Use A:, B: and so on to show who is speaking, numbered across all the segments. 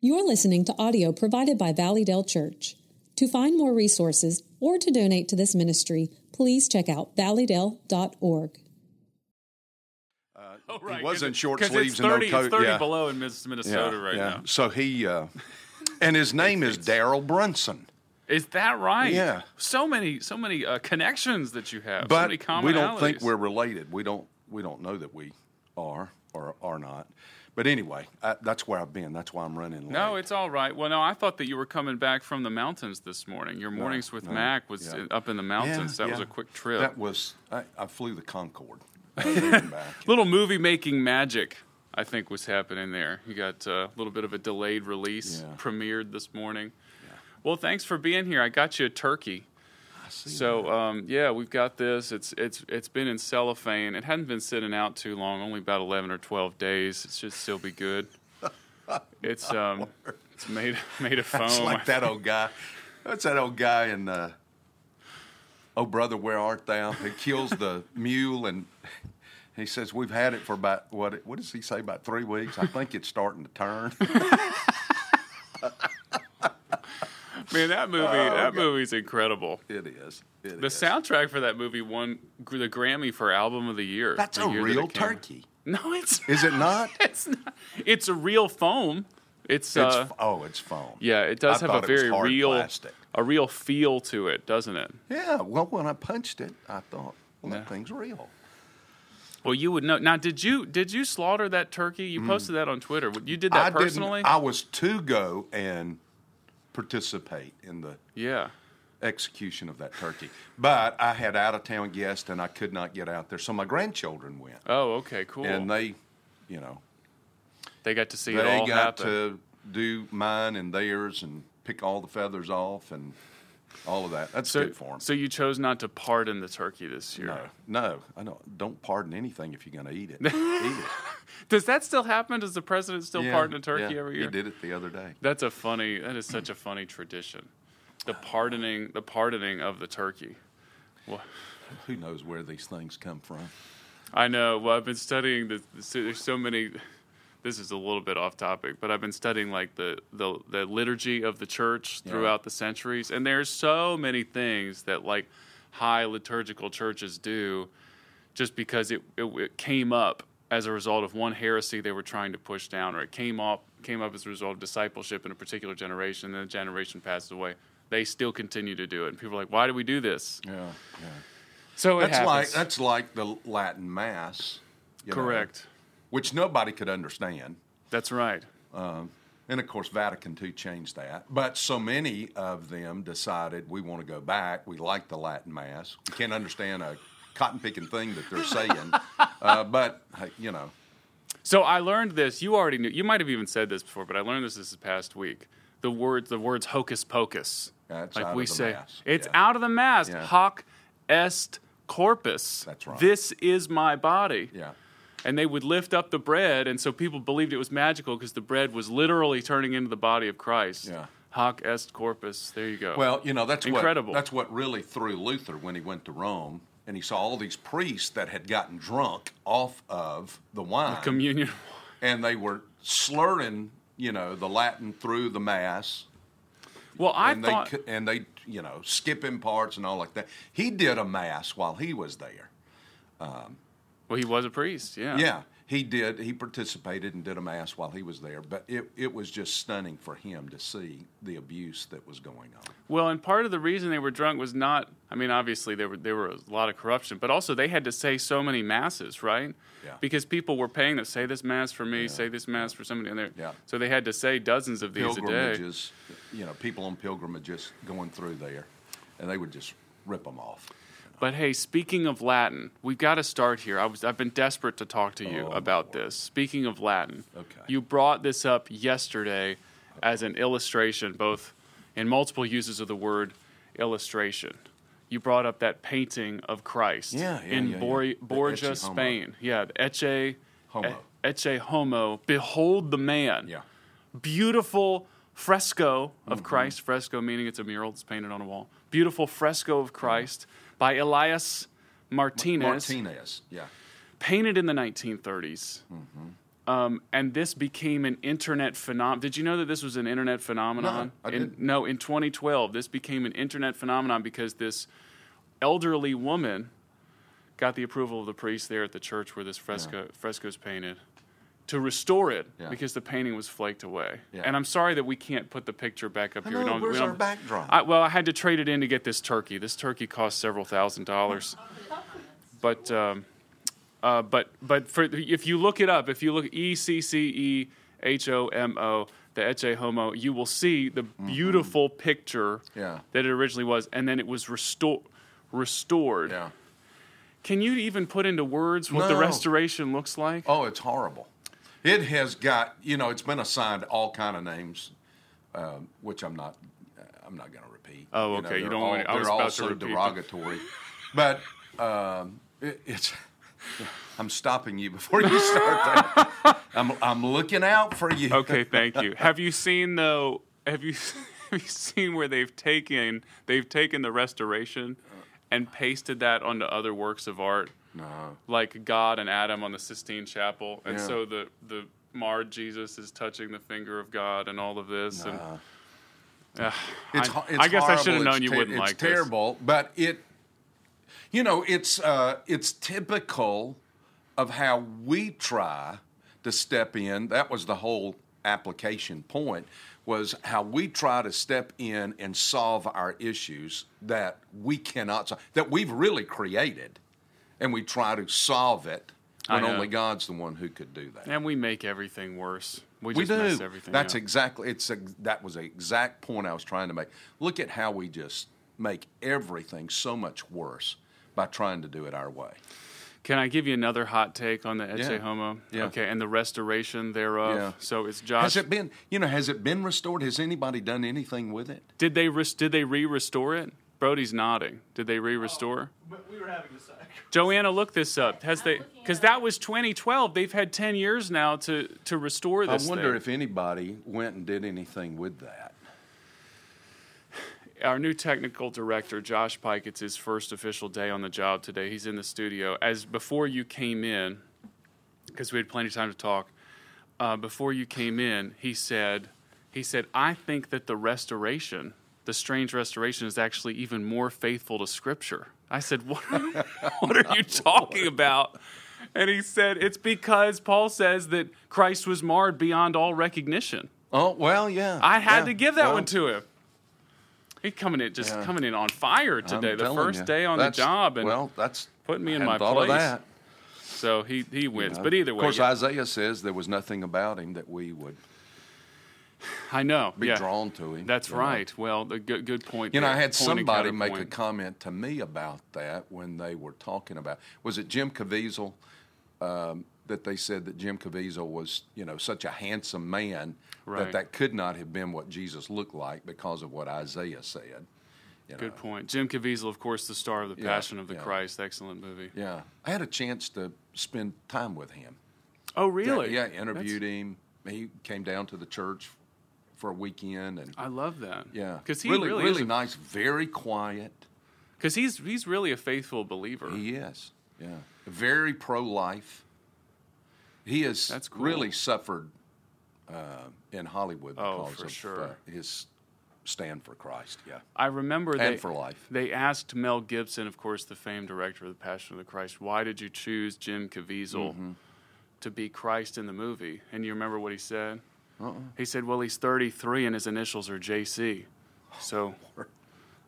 A: You're listening to audio provided by Valleydale Church. To find more resources or to donate to this ministry, please check out valleydale.org.
B: Oh, right.
C: was
B: 'cause
C: in
B: it-
C: short
B: 'cause
C: sleeves
B: it's
C: and no
B: 30,
C: coat,
B: It's 30
C: yeah.
B: below in Miss- Minnesota right now.
C: So he, uh, and his name is Daryl Brunson.
B: Is that right?
C: Yeah.
B: So many, so many uh, connections that you have. so
C: But
B: many commonalities.
C: we don't think we're related. We don't. We don't know that we are or are not. But anyway, I, that's where I've been. That's why I'm running late.
B: No, it's all right. Well, no, I thought that you were coming back from the mountains this morning. Your mornings with Mac was
C: yeah.
B: up in the
C: Yeah,
B: mountains. that was
C: yeah.
B: a quick trip.
C: That was. I, I flew the Concorde. I came back.
B: little movie making magic, I think, was happening there. You got uh, a little bit of a delayed release,
C: Yeah.
B: premiered this morning. Well, thanks for being here. I got you a turkey. So um, yeah, we've got this. It's it's it's been in cellophane. It hadn't been sitting out too long, only about eleven or twelve days. It should still be good. It's um, it's made made of foam.
C: It's
B: I
C: like that old guy. That's that old guy in uh, Oh Brother, Where Art Thou? He kills the mule and he says, We've had it for about, what, what does he say, about three weeks? I think it's starting to turn.
B: Man, that movie
C: Oh,
B: that movie's incredible.
C: it is. It
B: The
C: is.
B: soundtrack for that movie won gr- the Grammy for album of the year.
C: That's
B: the
C: a
B: year that
C: real
B: it came out.
C: turkey.
B: No, it's
C: Is it not?
B: it's
C: it's
B: not. It's a real foam. It's, uh,
C: f oh, it's foam.
B: yeah, it does
C: I
B: have
C: thought
B: a
C: it was
B: very
C: hard
B: real
C: plastic.
B: a real feel to it, doesn't it?
C: Yeah. Well, when I punched it, I thought, Well, that thing's real.
B: Well, you would know. Now, did you did you slaughter that turkey? You posted that on Twitter. You did that
C: Mm. I
B: personally?
C: didn't. I was to go and participate in the
B: yeah.
C: execution of that turkey. But I had out of town guests and I could not get out there. So my grandchildren went.
B: Oh, okay, cool.
C: And
B: they,
C: they, you know,
B: got to see it
C: they
B: all
C: got
B: happen.
C: to do mine and theirs and pick all the feathers off and all of that. That's
B: so,
C: good for them.
B: so you chose not to pardon the turkey this year.
C: no, no, I don't. Don't pardon anything if you're going to eat it. eat it.
B: Does that still happen? Does the president still
C: Yeah,
B: pardon a turkey
C: yeah,
B: every year?
C: He did it the other day.
B: That's a funny. That is such a funny tradition. The pardoning, the pardoning of the turkey. Well,
C: Who knows where these things come from?
B: I know. Well, I've been studying the. the- so There's so many. This is a little bit off topic, but I've been studying like the the, the liturgy of the church throughout the centuries, and there's so many things that like high liturgical churches do, just because it, it it came up as a result of one heresy they were trying to push down, or it came up came up as a result of discipleship in a particular generation, and then the generation passes away. They still continue to do it, and people are like, "Why do we do this?"
C: Yeah, yeah.
B: So it
C: That's like
B: happens.
C: that's like the Latin Mass. you know,
B: correct.
C: which nobody could understand.
B: That's right.
C: And of course, Vatican II changed that. But so many of them decided we want to go back. We like the Latin Mass. We can't understand a cotton picking thing that they're saying. uh, but, hey, you know,
B: So I learned this. You already knew. You might have even said this before, but I learned this this past week. The words, the words hocus pocus.
C: Yeah, it's out of the mass.
B: it's
C: Yeah.
B: out of the mass.
C: Yeah.
B: Hoc est corpus.
C: That's right.
B: This is my body.
C: yeah.
B: And they would lift up the bread, and so people believed it was magical because the bread was literally turning into the body of Christ.
C: Yeah.
B: Hoc est corpus. There you go.
C: Well, you know, that's
B: Incredible.
C: What, that's what really threw Luther when he went to Rome and he saw all these priests that had gotten drunk off of the wine.
B: communion.
C: and they were slurring, you know, the Latin through the Mass.
B: Well, I
C: and
B: thought
C: they cou- and they you know skipping parts and all like that. He did a mass while he was there.
B: Well, he was a priest. Yeah.
C: Yeah, he did. He participated and did a mass while he was there. But it it was just stunning for him to see the abuse that was going on.
B: Well, and part of the reason they were drunk was not. I mean, obviously there were there were a lot of corruption, but also they had to say so many masses, right?
C: Yeah.
B: Because people were paying them, say this mass for me, say this mass for somebody, and they
C: Yeah.
B: so they had to say dozens of these a day.
C: Pilgrimages, you know, people on pilgrimages going through there, and they would just rip them off.
B: But hey, speaking of Latin, we've got to start here. I was I've been desperate to talk to you about this. Speaking of Latin,
C: Oh, Okay.
B: you brought this up yesterday as an illustration, both in multiple uses of the word illustration. You brought up that painting of Christ
C: Yeah, yeah,
B: in
C: yeah, yeah.
B: Bor-
C: The
B: Borgia,
C: Ecce Homo.
B: Spain. Yeah, the Ecce
C: Homo.
B: E- Ecce Homo. Behold the man.
C: Yeah.
B: Beautiful fresco of Christ. Fresco meaning it's a mural that's painted on a wall. Beautiful fresco of Christ by Elias Martinez
C: Martinez, yeah, Mm-hmm.
B: painted in the 1930s. Um, and this became an internet phenomenon. Did you know that this was an internet phenomenon?
C: I
B: In-
C: didn't.
B: No, in 2012, this became an internet phenomenon because this elderly woman got the approval of the priest there at the church where this fresco fresco's painted to restore it
C: Yeah.
B: because the painting was flaked away.
C: Yeah.
B: And I'm sorry that we can't put the picture back up
C: I
B: here.
C: know,
B: We don't- we
C: where's our
B: don't-
C: backdrop?
B: I, well, I had to trade it in to get this turkey. This turkey cost several thousand dollars. But um, uh, but but for if you look it up, if you look E C C E H O M O, the Ecce Homo, you will see the beautiful picture
C: Mm-hmm. Yeah.
B: that it originally was, and then it was restored. Restored.
C: Yeah.
B: Can you even put into words what the
C: No.
B: restoration looks like?
C: Oh, it's horrible. It has got you know it's been assigned all kind of names, um, which I'm not I'm not going to repeat.
B: Oh,
C: know,
B: okay, you
C: they're
B: don't
C: all,
B: wanna- I was
C: they're all
B: about to
C: so
B: repeat them.
C: derogatory, but um, it, it's. I'm stopping you before you start that. I'm I'm looking out for you.
B: Okay, thank you. Have you seen though? Have you have you seen where they've taken they've taken the restoration
C: Uh.
B: and pasted that onto other works of art?
C: No.
B: like God and Adam on the Sistine Chapel, and
C: Yeah.
B: so the the marred Jesus is touching the finger of God and all of this. And I-
C: It's, ho-
B: I guess I
C: horrible.
B: should've known
C: It's
B: you
C: ter-
B: wouldn't like
C: It's
B: this.
C: terrible, but it, you know, it's uh, it's typical of how we try to step in. That was the whole application point was how we try to step in and solve our issues that we cannot solve, that we've really created, and we try to solve it
B: I
C: when
B: know.
C: only God's the one who could do that.
B: and we make everything worse. We
C: We
B: just
C: do.
B: mess everything.
C: That's
B: up.
C: exactly. It's a, that was the exact point I was trying to make. Look at how we just make everything so much worse by trying to do it our way.
B: Can I give you another hot take on the Ecce
C: Yeah.
B: Homo?
C: Yeah.
B: Okay, and the restoration thereof.
C: Yeah.
B: So it's Josh.
C: Has it been? You know, has it been restored? Has anybody done anything with it?
B: Did they res- did they re-restore it? Brody's nodding. Did they re-restore?
D: Oh, But we were having a side.
B: Joanna, look this up. Has they?
E: looking
B: Because
E: it
B: that was 2012. They've had 10 years now to to restore this.
C: I wonder
B: thing.
C: if anybody went and did anything with that.
B: our new technical director Josh Pike. It's his first official day on the job today. He's in the studio. As before you came in, because we had plenty of time to talk. Uh, before you came in, he said, he said, I think that the restoration, the strange restoration, is actually even more faithful to Scripture. I said, what are, what are you talking about? And he said, it's because Paul says that Christ was marred beyond all recognition.
C: Oh well, yeah.
B: I had
C: yeah,
B: to give that
C: well,
B: one to him. He coming in just
C: Yeah.
B: coming in on fire
C: I'm
B: today, the
C: telling
B: first
C: you.
B: day on
C: That's-
B: the job, and
C: well, that's
B: putting me
C: I
B: in
C: hadn't
B: my
C: thought
B: place.
C: Of that.
B: so he he wins. But either way,
C: of course,
B: yeah.
C: Isaiah says there was nothing about him that we would
B: I know.
C: be
B: yeah.
C: drawn to him.
B: That's
C: you know.
B: right. Well, the good good point.
C: You know, I
B: there.
C: had
B: Pointing
C: somebody
B: counter
C: make a
B: point.
C: comment to me about that when they were talking about was it Jim Caviezel um, that they said that Jim Caviezel was you know such a handsome man
B: Right.
C: that that could not have been what Jesus looked like because of what Isaiah said. You know,
B: Good point. Jim Caviezel, of course, the star of the
C: Yeah,
B: Passion of the
C: yeah.
B: Christ, excellent movie.
C: Yeah, I had a chance to spend time with him.
B: Oh, really?
C: Yeah, I
B: That's-
C: interviewed him. He came down to the church for a weekend and.
B: I love that.
C: yeah,
B: because he
C: really,
B: really,
C: really,
B: is a-
C: nice, very quiet.
B: 'cause he's he's really a faithful believer.
C: He is. Yeah. Very pro life. He has
B: That's cool.
C: really suffered uh, in Hollywood
B: Oh,
C: because
B: for
C: of
B: sure.
C: uh, his stand for Christ. Yeah.
B: I remember they,
C: for life.
B: They asked Mel Gibson, of course, the famed director of The Passion of the Christ, why did you choose Jim Caviezel
C: Mm-hmm.
B: to be Christ in the movie? And you remember what he said?
C: Uh-uh.
B: He said, "Well, he's 33, and his initials are JC,
C: Oh,
B: so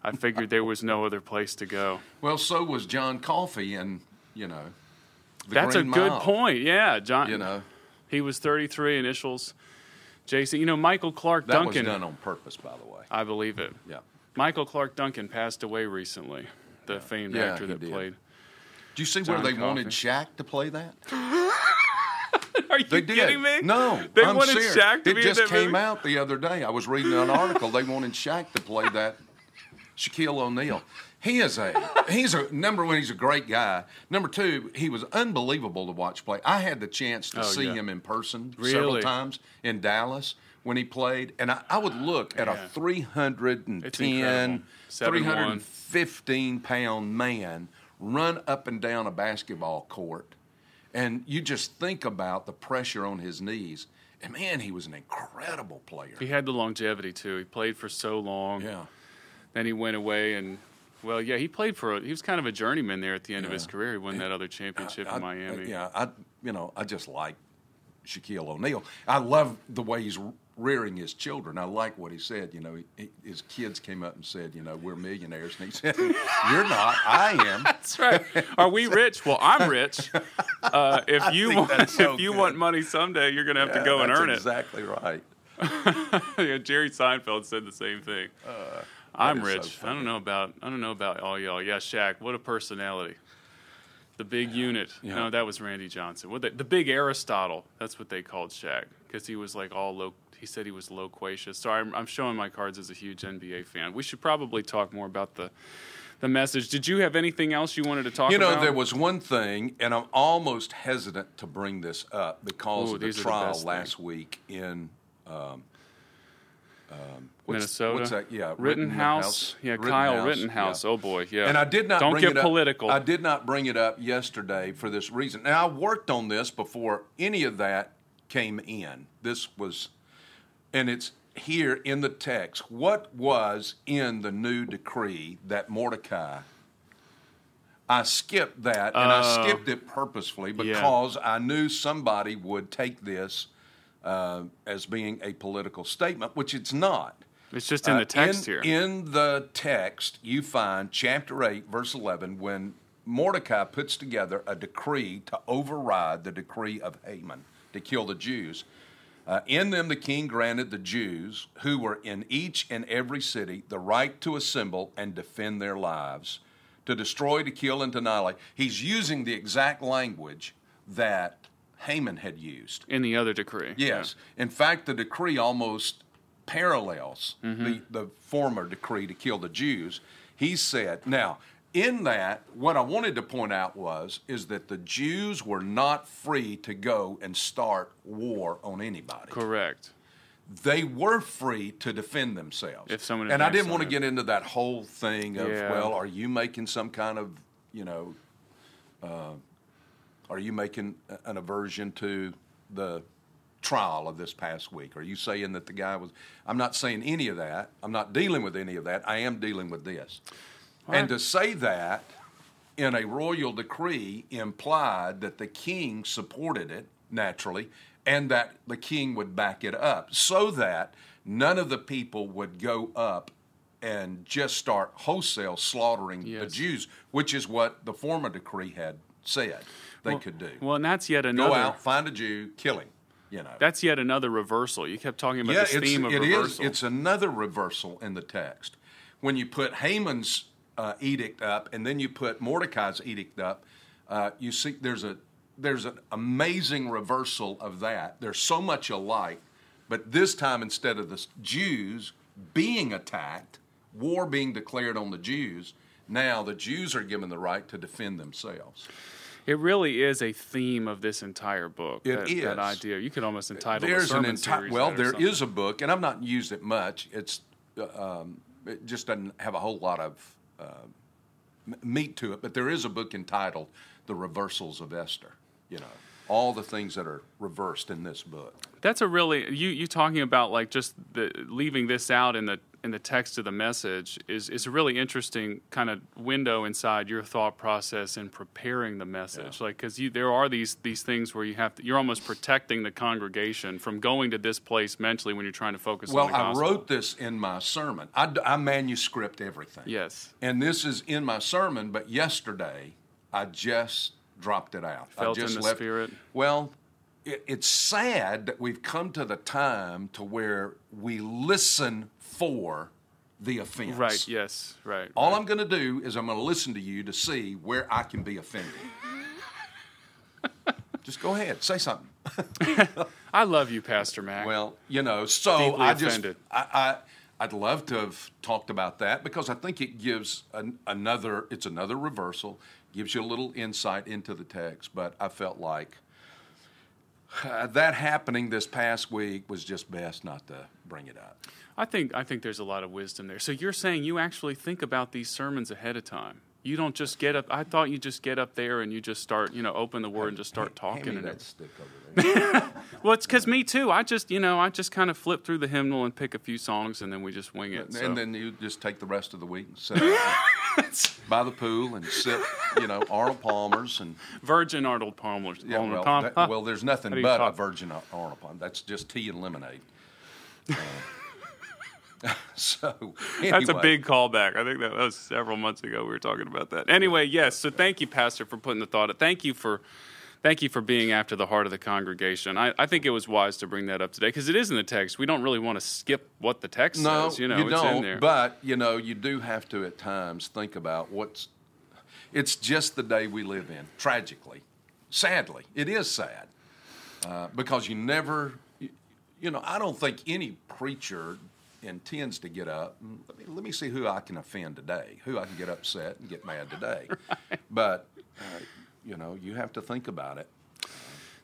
B: I figured there was no other place to go."
C: Well, so was John Coffey, and you know, the
B: That's
C: Green
B: a good
C: Mile,
B: point. Yeah, John.
C: You know,
B: he was 33 initials, JC. You know, Michael Clark
C: that
B: Duncan.
C: was done on purpose, by the way.
B: I believe it.
C: Yeah.
B: Michael Clark Duncan passed away recently, the famed
C: Yeah,
B: actor
C: he
B: that
C: did.
B: played.
C: Do you see
B: John
C: where they
B: Coffey.
C: wanted Shaq to play that?
B: Are you
C: They did.
B: kidding me?
C: No,
B: they
C: I'm
B: wanted
C: serious.
B: Shaq to
C: it
B: be
C: just
B: in that
C: came
B: movie?
C: out the other day. I was reading an article. they wanted Shaq to play that. Shaquille O'Neal. He is a he's a number one. He's a great guy. Number two, he was unbelievable to watch play. I had the chance to
B: Oh,
C: see
B: yeah.
C: him in person
B: Really?
C: several times in Dallas when he played, and I, I would look at
B: Yeah.
C: a 310,
B: It's incredible. 7'1".
C: 315 pound man run up and down a basketball court And you just think about the pressure on his knees. And man, he was an incredible player.
B: He had the longevity too. He played for so long.
C: Yeah.
B: Then he went away and well, yeah, he played for. A, he was kind of a journeyman there at the end of his
C: Yeah.
B: career. He won that other championship
C: I-
B: in Miami.
C: Yeah, I you know I just like Shaquille O'Neal. I love the way he's rearing his children. I like what he said. You know, he, his kids came up and said, you know, we're millionaires, and he said, "You're not. I am."
B: That's right. Are we rich? Well, I'm rich. Uh, if you
C: think
B: want,
C: that's so
B: if you
C: good.
B: want money someday, you're going to have to
C: Yeah,
B: go and
C: that's
B: earn
C: Exactly right.
B: it. Yeah, Jerry Seinfeld said the same thing. I'm
C: Uh, is so
B: rich. I
C: funny.
B: don't know about. I don't know about all y'all. Yeah, Shaq. What a personality. The big unit. No, that was Randy Johnson. What they, the big Aristotle. That's what they called Shaq because he was like all low. He said he was loquacious. Sorry, I'm, I'm showing my cards as a huge NBA fan. We should probably talk more about the the message. Did you have anything else you wanted to talk
C: You know,
B: about?
C: there was one thing, and I'm almost hesitant to bring this up because
B: Ooh,
C: of the
B: these are the
C: trial
B: best
C: last week in um, um, what's,
B: Minnesota.
C: What's that? Yeah,
B: Rittenhouse. Yeah, Kyle Rittenhouse.
C: yeah.
B: Oh boy, yeah.
C: And I did not
B: Don't
C: bring
B: get
C: it up-
B: political.
C: I did not bring it up yesterday for this reason. Now I worked on this before any of that came in. This was, and it's here in the text. What was in the new decree that Mordecai? I skipped that, and
B: Oh.
C: I skipped it purposefully because I knew somebody would take this uh, as being a political statement, which it's not.
B: It's just in
C: Uh,
B: the text here.
C: In the text, you find chapter 8, verse 11, when Mordecai puts together a decree to override the decree of Haman to kill the Jews. Uh, in them, the king granted the Jews who were in each and every city the right to assemble and defend their lives, to destroy, to kill, and to annihilate. He's using the exact language that Haman had used.
B: in the other decree.
C: Yes. In fact, the decree almost parallels the, the former decree to kill the Jews. He said, now, in that, what I wanted to point out was is that the Jews were not free to go and start war on anybody.
B: Yeah. Correct.
C: They were free to defend themselves.
B: If someone
C: and I
B: attacks
C: didn't want to
B: them.
C: get into that whole thing of,
B: Yeah.
C: well, are you making some kind of, you know, uh, are you making a- an aversion to the trial of this past week? Are you saying that the guy was? I'm not saying any of that. I'm not dealing with any of that. I am dealing with this. And to say that in a royal decree implied that the king supported it naturally and that the king would back it up so that none of the people would go up and just start wholesale slaughtering the
B: Yes.
C: Jews, which is what the former decree had said they could do.
B: Well, and that's yet
C: go
B: another.
C: out, find a Jew, kill him. You know.
B: That's yet another reversal. You kept talking about
C: yeah,
B: this
C: it's,
B: theme of
C: it is-
B: reversal.
C: It's another reversal in the text. When you put Haman's uh, edict up and then you put Mordecai's edict up, uh, you see there's a there's an amazing reversal of that. There's so much alike, but this time instead of the s- Jews being attacked, war being declared on the Jews, now the Jews are given the right to defend themselves.
B: it really is a theme of this entire book.
C: It
B: that,
C: is.
B: that idea. You could almost entitle a
C: there's an
B: sermon
C: entire
B: series
C: well
B: that or
C: there
B: something.
C: is a book and i've not used it much it's uh, um, it just doesn't have a whole lot of uh, m- meat to it but there is a book entitled the reversals of esther you know all the things that are reversed in this book
B: That's a really you you talking about like just the leaving this out in the in the text of the message is is a really interesting kind of window inside your thought process in preparing the message. Like 'cause Like cuz you there are these these things where you have to, you're almost protecting the congregation from going to this place mentally when you're trying to focus on
C: well
B: the
C: i
B: gospel.
C: wrote this in my sermon I d I I manuscript everything
B: Yes.
C: and this is in my sermon, but yesterday I just dropped it out.
B: Felt
C: I just
B: in the spirit.
C: Well, it, it's sad that we've come to the time to where we listen for the offense.
B: Right, yes, right.
C: All I'm going to do is I'm going to listen to you to see where I can be offended. just go ahead, say something.
B: I love you, Pastor Mac.
C: Well, you know, so
B: Deeply
C: I just
B: offended.
C: I, I I'd love to have talked about that because I think it gives an, another it's another reversal, gives you a little insight into the text, but I felt like uh, that happening this past week was just best not to bring it up.
B: I think I think there's a lot of wisdom there. So you're saying you actually think about these sermons ahead of time. You don't just get up. I thought you just get up there and you just start, you know, open the word and just start talking.
C: Hand me
B: and
C: that
B: it-
C: stick over there.
B: well, it's because me too. I just, you know, I just kind of flip through the hymnal and pick a few songs and then we just wing it.
C: and,
B: so.
C: then you just take the rest of the week and sit out by the pool and sip, you know, Arnold Palmer's and
B: Virgin Arnold Palmer.
C: yeah,
B: Palmer-
C: well,
B: Palm-
C: that-
B: huh.
C: well, there's
B: How
C: nothing
B: do you
C: but
B: talk?
C: a virgin Ar- Arnold Palmer. That's just tea and lemonade. Uh, so
B: That's a
C: anyway.
B: big callback. I think that was several months ago we were talking about that. Anyway, yes. So thank you, Pastor, for putting the thought. Thank you for, thank you for being after the heart of the congregation. I, I think it was wise to bring that up today because it is in the text. We don't really want to skip what the text
C: No,
B: says. You know, it's
C: don't.
B: in there.
C: But you know, you do have to at times think about what's. It's just the day we live in. Tragically, sadly, it is sad uh, because you never. You, you know, I don't think any preacher intends to get up. and Let me, let me see who I can offend today, who I can get upset and get mad today. But uh, you know, you have to think about it.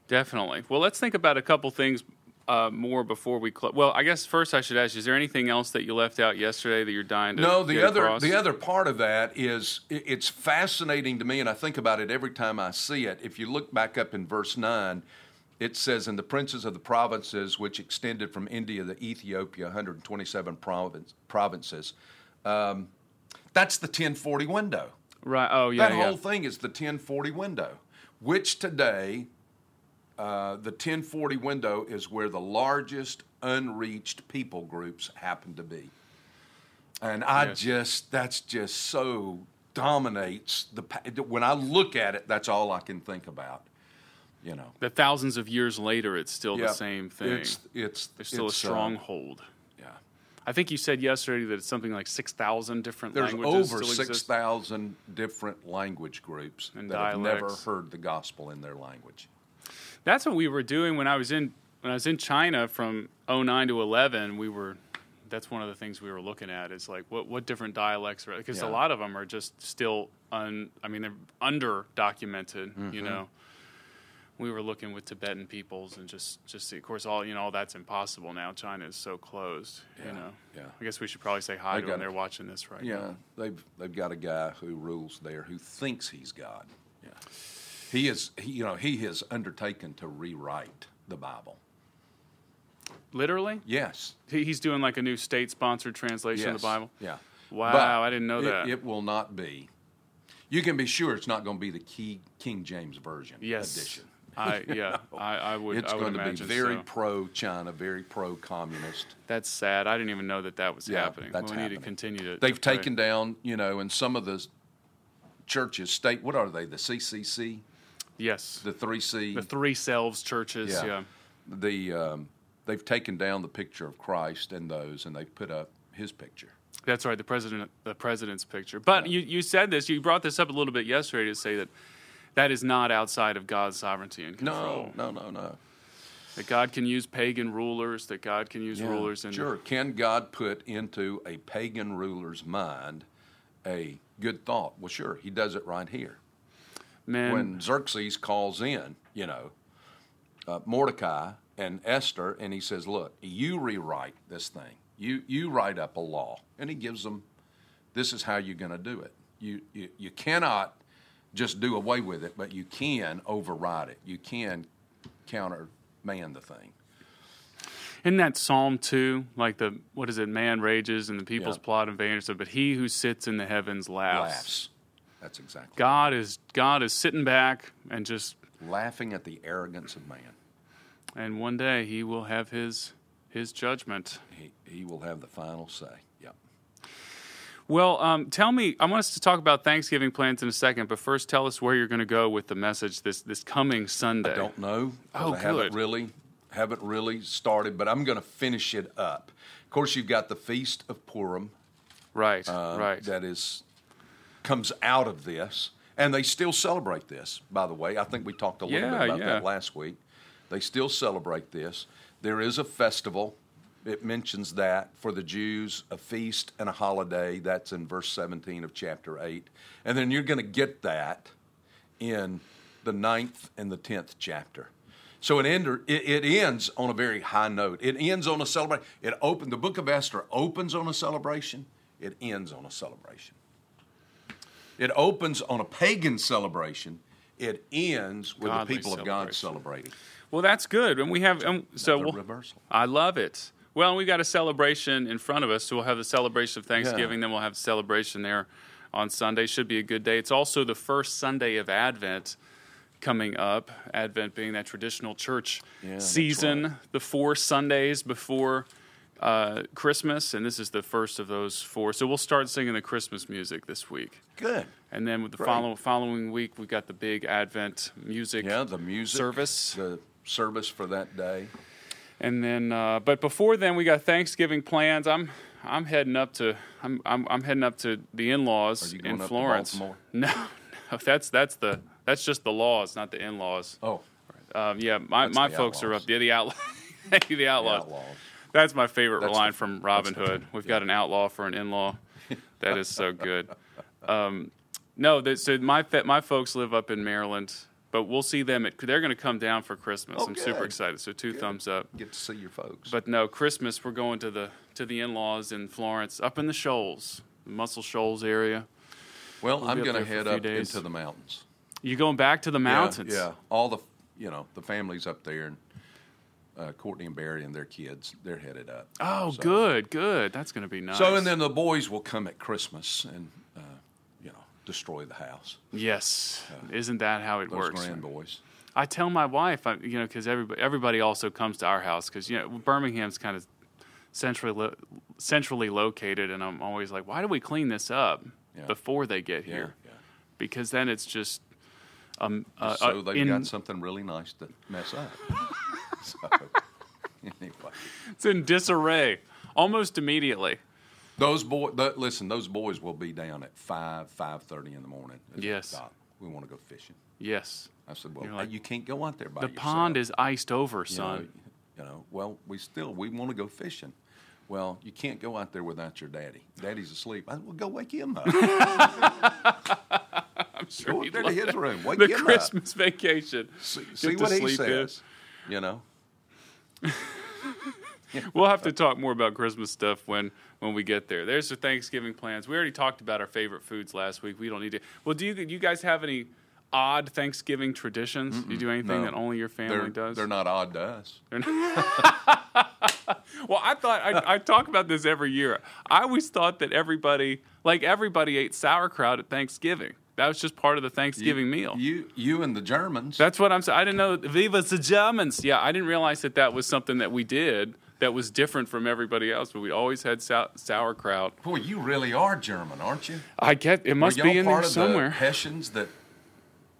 B: Definitely. Well, let's think about a couple things uh, more before we close. Well, I guess first I should ask: you, Is there anything else that you left out yesterday that you're dying to?
C: No, the
B: get
C: other
B: across?
C: the other part of that is i- it's fascinating to me, and I think about it every time I see it. If you look back up in verse nine, it says, "And the princes of the provinces which extended from India to Ethiopia, 127 province, provinces." Um, that's the 1040 window.
B: right? Oh yeah,
C: that
B: yeah.
C: whole thing is the 1040 window, which today. Uh, the 1040 window is where the largest unreached people groups happen to be. And I just, that's just so dominates the. pa- When I look at it, that's all I can think about. You know,
B: that thousands of years later, it's still
C: Yeah,
B: the same thing.
C: It's it's
B: There's still
C: it's,
B: a
C: uh,
B: stronghold.
C: yeah,
B: I think you said yesterday that it's something like six thousand different
C: there's
B: languages
C: over
B: still
C: six
B: exist.
C: thousand different language groups
B: And
C: that have never
B: dialects.
C: heard the gospel in their language.
B: That's what we were doing when I was in when I was in China from 09 to 11. We were that's one of the things we were looking at is like what what different dialects are because a
C: Yeah.
B: lot of them are just still un I mean they're under documented.
C: Mm-hmm.
B: You know, we were looking with Tibetan peoples and just just of course all you know all that's impossible now. China is so closed. You
C: Yeah,
B: know.
C: yeah.
B: I guess we should probably say hi
C: They
B: to them.
C: gotta-
B: They're watching this right now.
C: Yeah, they've they've got a guy who rules there who thinks he's God. Yeah, he is. He, you know, he has undertaken to rewrite the Bible.
B: Literally,
C: Yes,
B: He- he's doing like a new state-sponsored translation of
C: Yes.
B: the Bible.
C: Yeah.
B: Wow, I didn't know
C: it-
B: that.
C: It will not be. You can be sure it's not going to be the key King James version
B: Yes.
C: edition.
B: I yeah. I, I would.
C: It's
B: I would
C: going to be
B: imagine
C: very
B: so.
C: pro China, very pro communist.
B: That's sad. I didn't even know that that was
C: Yeah,
B: happening.
C: that's
B: we need
C: happening.
B: to continue to.
C: They've
B: to pray.
C: taken down, you know, in some of the churches, state. What are they? The CCC,
B: yes the,
C: the three C,
B: three selves churches. Yeah.
C: The um, they've taken down the picture of Christ and those, and they've put up his picture.
B: that's right. The president, the president's picture. But you you said this. You brought this up a little bit yesterday to say that that is not outside of God's sovereignty and control.
C: No, no, no, no.
B: That God can use pagan rulers. That God can use
C: Yeah,
B: rulers and
C: sure. Can God put into a pagan ruler's mind a good thought? Well, sure. He does it right here
B: men.
C: when Xerxes calls in, you know, uh, Mordecai and Esther, and he says, "Look, you rewrite this thing. You you write up a law." And he gives them, "This is how you're going to do it. You, you you cannot just do away with it, but you can override it. You can countermand the thing."
B: Isn't that Psalm two? Like the what is it? Man rages and the people's
C: Yeah.
B: plot and vain. But he who sits in the heavens
C: Laughs. That's exactly.
B: God is God is sitting back and just
C: laughing at the arrogance of man.
B: and one day he will have his his judgment.
C: He, he will have the final say. Yep.
B: Well, um, tell me. I want us to talk about Thanksgiving plans in a second, but first, tell us where you're going to go with the message this this coming Sunday.
C: Don't know. 'cause
B: Oh,
C: I haven't
B: good.
C: really haven't really started, but I'm going to finish it up. Of course, you've got the Feast of Purim
B: Right,
C: um,
B: right.
C: that is comes out of this, and they still celebrate this. By the way, I think we talked a little
B: Yeah,
C: bit about
B: yeah.
C: that last week. They still celebrate this. There is a festival. It mentions that for the Jews, a feast and a holiday. That's in verse 17 of chapter 8. And then you're going to get that in the ninth and the 10th chapter. So it, ender, it, it ends on a very high note. It ends on a celebration. It opened, the book of Esther opens on a celebration. It ends on a celebration. It opens on a pagan celebration. It ends with
B: Godly
C: the people of God celebrating.
B: Well, that's good, and we have um, so
C: Another
B: we'll-
C: reversal.
B: I love it. Well, we've got a celebration in front of us, so we'll have the celebration of Thanksgiving, then we'll have the celebration there on Sunday. Should be a good day. It's also the first Sunday of Advent coming up. Advent being that traditional church
C: that's
B: season, the four Sundays before uh, Christmas, and this is the first of those four. So we'll start singing the Christmas music this week.
C: Good.
B: And then with the follow, following week, we got the big Advent music,
C: Yeah, the music
B: service.
C: the service for that day.
B: And then, uh, but before then, we got Thanksgiving plans. I'm, I'm heading up to, I'm, I'm, I'm heading up to the in-laws
C: Are you
B: in
C: going up to
B: Florence.
C: Baltimore?
B: no, no, that's that's the that's just the laws, not the in-laws.
C: Oh,
B: Um, yeah, my,
C: That's
B: my
C: the
B: folks are
C: outlaws.
B: up. Yeah, the outlaw, Thank you, the outlaws.
C: outlaws.
B: That's my favorite
C: That's
B: line
C: the-
B: from Robin
C: that's the-
B: Hood. We've got an outlaw for an in-law. that is so good. Um, no, that, so my fa- my folks live up in Maryland, but we'll see them. At, they're going to come down for Christmas.
C: Oh,
B: I'm super
C: good.
B: excited. So two thumbs up.
C: get to see your folks.
B: But no, Christmas we're going to the to the in-laws in Florence, up in the Shoals, the Muscle Shoals area.
C: well, I'm
B: be up there for a
C: going to head
B: few
C: up
B: days.
C: into the mountains.
B: You going back to the
C: Yeah,
B: mountains?
C: Yeah, all the you know the families up there, and uh, Courtney and Barry and their kids, they're headed up.
B: Oh,
C: So-
B: good, good. That's going to be nice.
C: So and then the boys will come at Christmas and uh, you know destroy the house.
B: yes, isn't that how it
C: Those
B: works?
C: grand boys.
B: I tell my wife, I, you know, because everybody everybody also comes to our house because you know Birmingham's kind of centrally lo- centrally located, and I'm always like, why do we clean this up
C: Yeah.
B: before they get
C: Yeah,
B: here?
C: yeah.
B: Because then it's just. Um, uh,
C: so
B: uh,
C: they've
B: in-
C: got something really nice to mess up. so anyway,
B: It's in disarray almost immediately.
C: those boy, th- listen, those boys will be down at five five thirty in the morning. It's like,
B: Yes.
C: "Doc, we want to go fishing.
B: Yes.
C: I said, well,
B: You're like,
C: you can't go out there by
B: The pond is iced over,
C: you know,
B: son.
C: you know, well, we still we want to go fishing. Well, you can't go out there without your daddy. Daddy's asleep. I said, well, go wake him up. go
B: he'd
C: up there to
B: love
C: his room. Wake
B: The
C: him up.
B: Christmas vacation.
C: See,
B: Get
C: see
B: to
C: what he
B: sleep in.
C: says. You know,
B: We'll have to talk more about Christmas stuff when when we get there. There's the Thanksgiving plans. We already talked about our favorite foods last week. We don't need to. Well, do you you guys have any odd Thanksgiving traditions? Do you do anything
C: no.
B: that only your family
C: they're,
B: does?
C: they're not odd to us.
B: Well, I thought I, I talk about this every year. I always thought that everybody, like everybody, ate sauerkraut at Thanksgiving. That was just part of the Thanksgiving meal.
C: You, you and the Germans.
B: That's what I'm saying. I didn't know. Viva the Germans. Yeah, I didn't realize that that was something that we did that was different from everybody else, but we always had sau- sauerkraut.
C: boy, you really are German, aren't you?
B: I get it must
C: Were
B: be
C: y'all
B: in
C: part
B: there
C: of
B: somewhere.
C: the Hessians that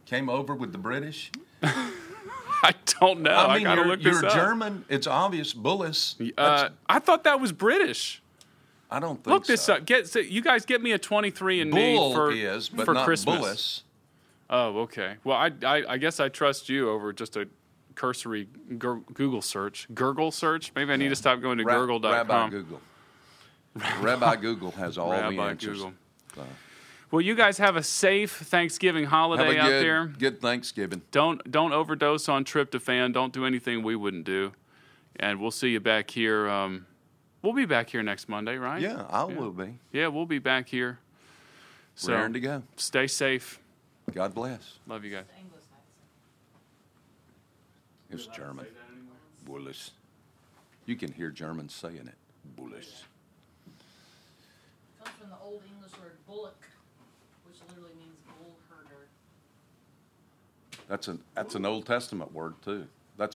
C: came over with the British?
B: I don't know. Oh, I,
C: mean,
B: gotta
C: you're,
B: look this
C: you're
B: up.
C: German. It's obvious. Bullis.
B: Uh,
C: That's-
B: I thought that was British.
C: I don't think
B: Look this
C: so.
B: up. Get so you guys get me a 23 and
C: Bull
B: me for
C: is, but
B: for
C: not
B: Christmas.
C: Bullis.
B: Oh, okay. Well, I, I I guess I trust you over just a cursory gur- Google search, Gurgle search. Maybe I need to stop going to
C: Ra-
B: Gurgle.com.
C: Rabbi Google. Rabbi Google has all the
B: Rabbi
C: answers.
B: Google.
C: So,
B: Well, you guys have a safe Thanksgiving
C: have a
B: holiday
C: good,
B: out there.
C: good Thanksgiving.
B: Don't don't overdose on tryptophan. Don't do anything we wouldn't do. And we'll see you back here. Um, we'll be back here next Monday, right?
C: Yeah, I will be.
B: Yeah, we'll be back here. So
C: Raring to go.
B: stay safe.
C: God bless.
B: Love you guys.
C: It's German. Bullis. You can hear Germans saying it. Bullis.
D: Comes from the Old English word bullock, which literally means bull herder.
C: That's an that's an Old Testament word too.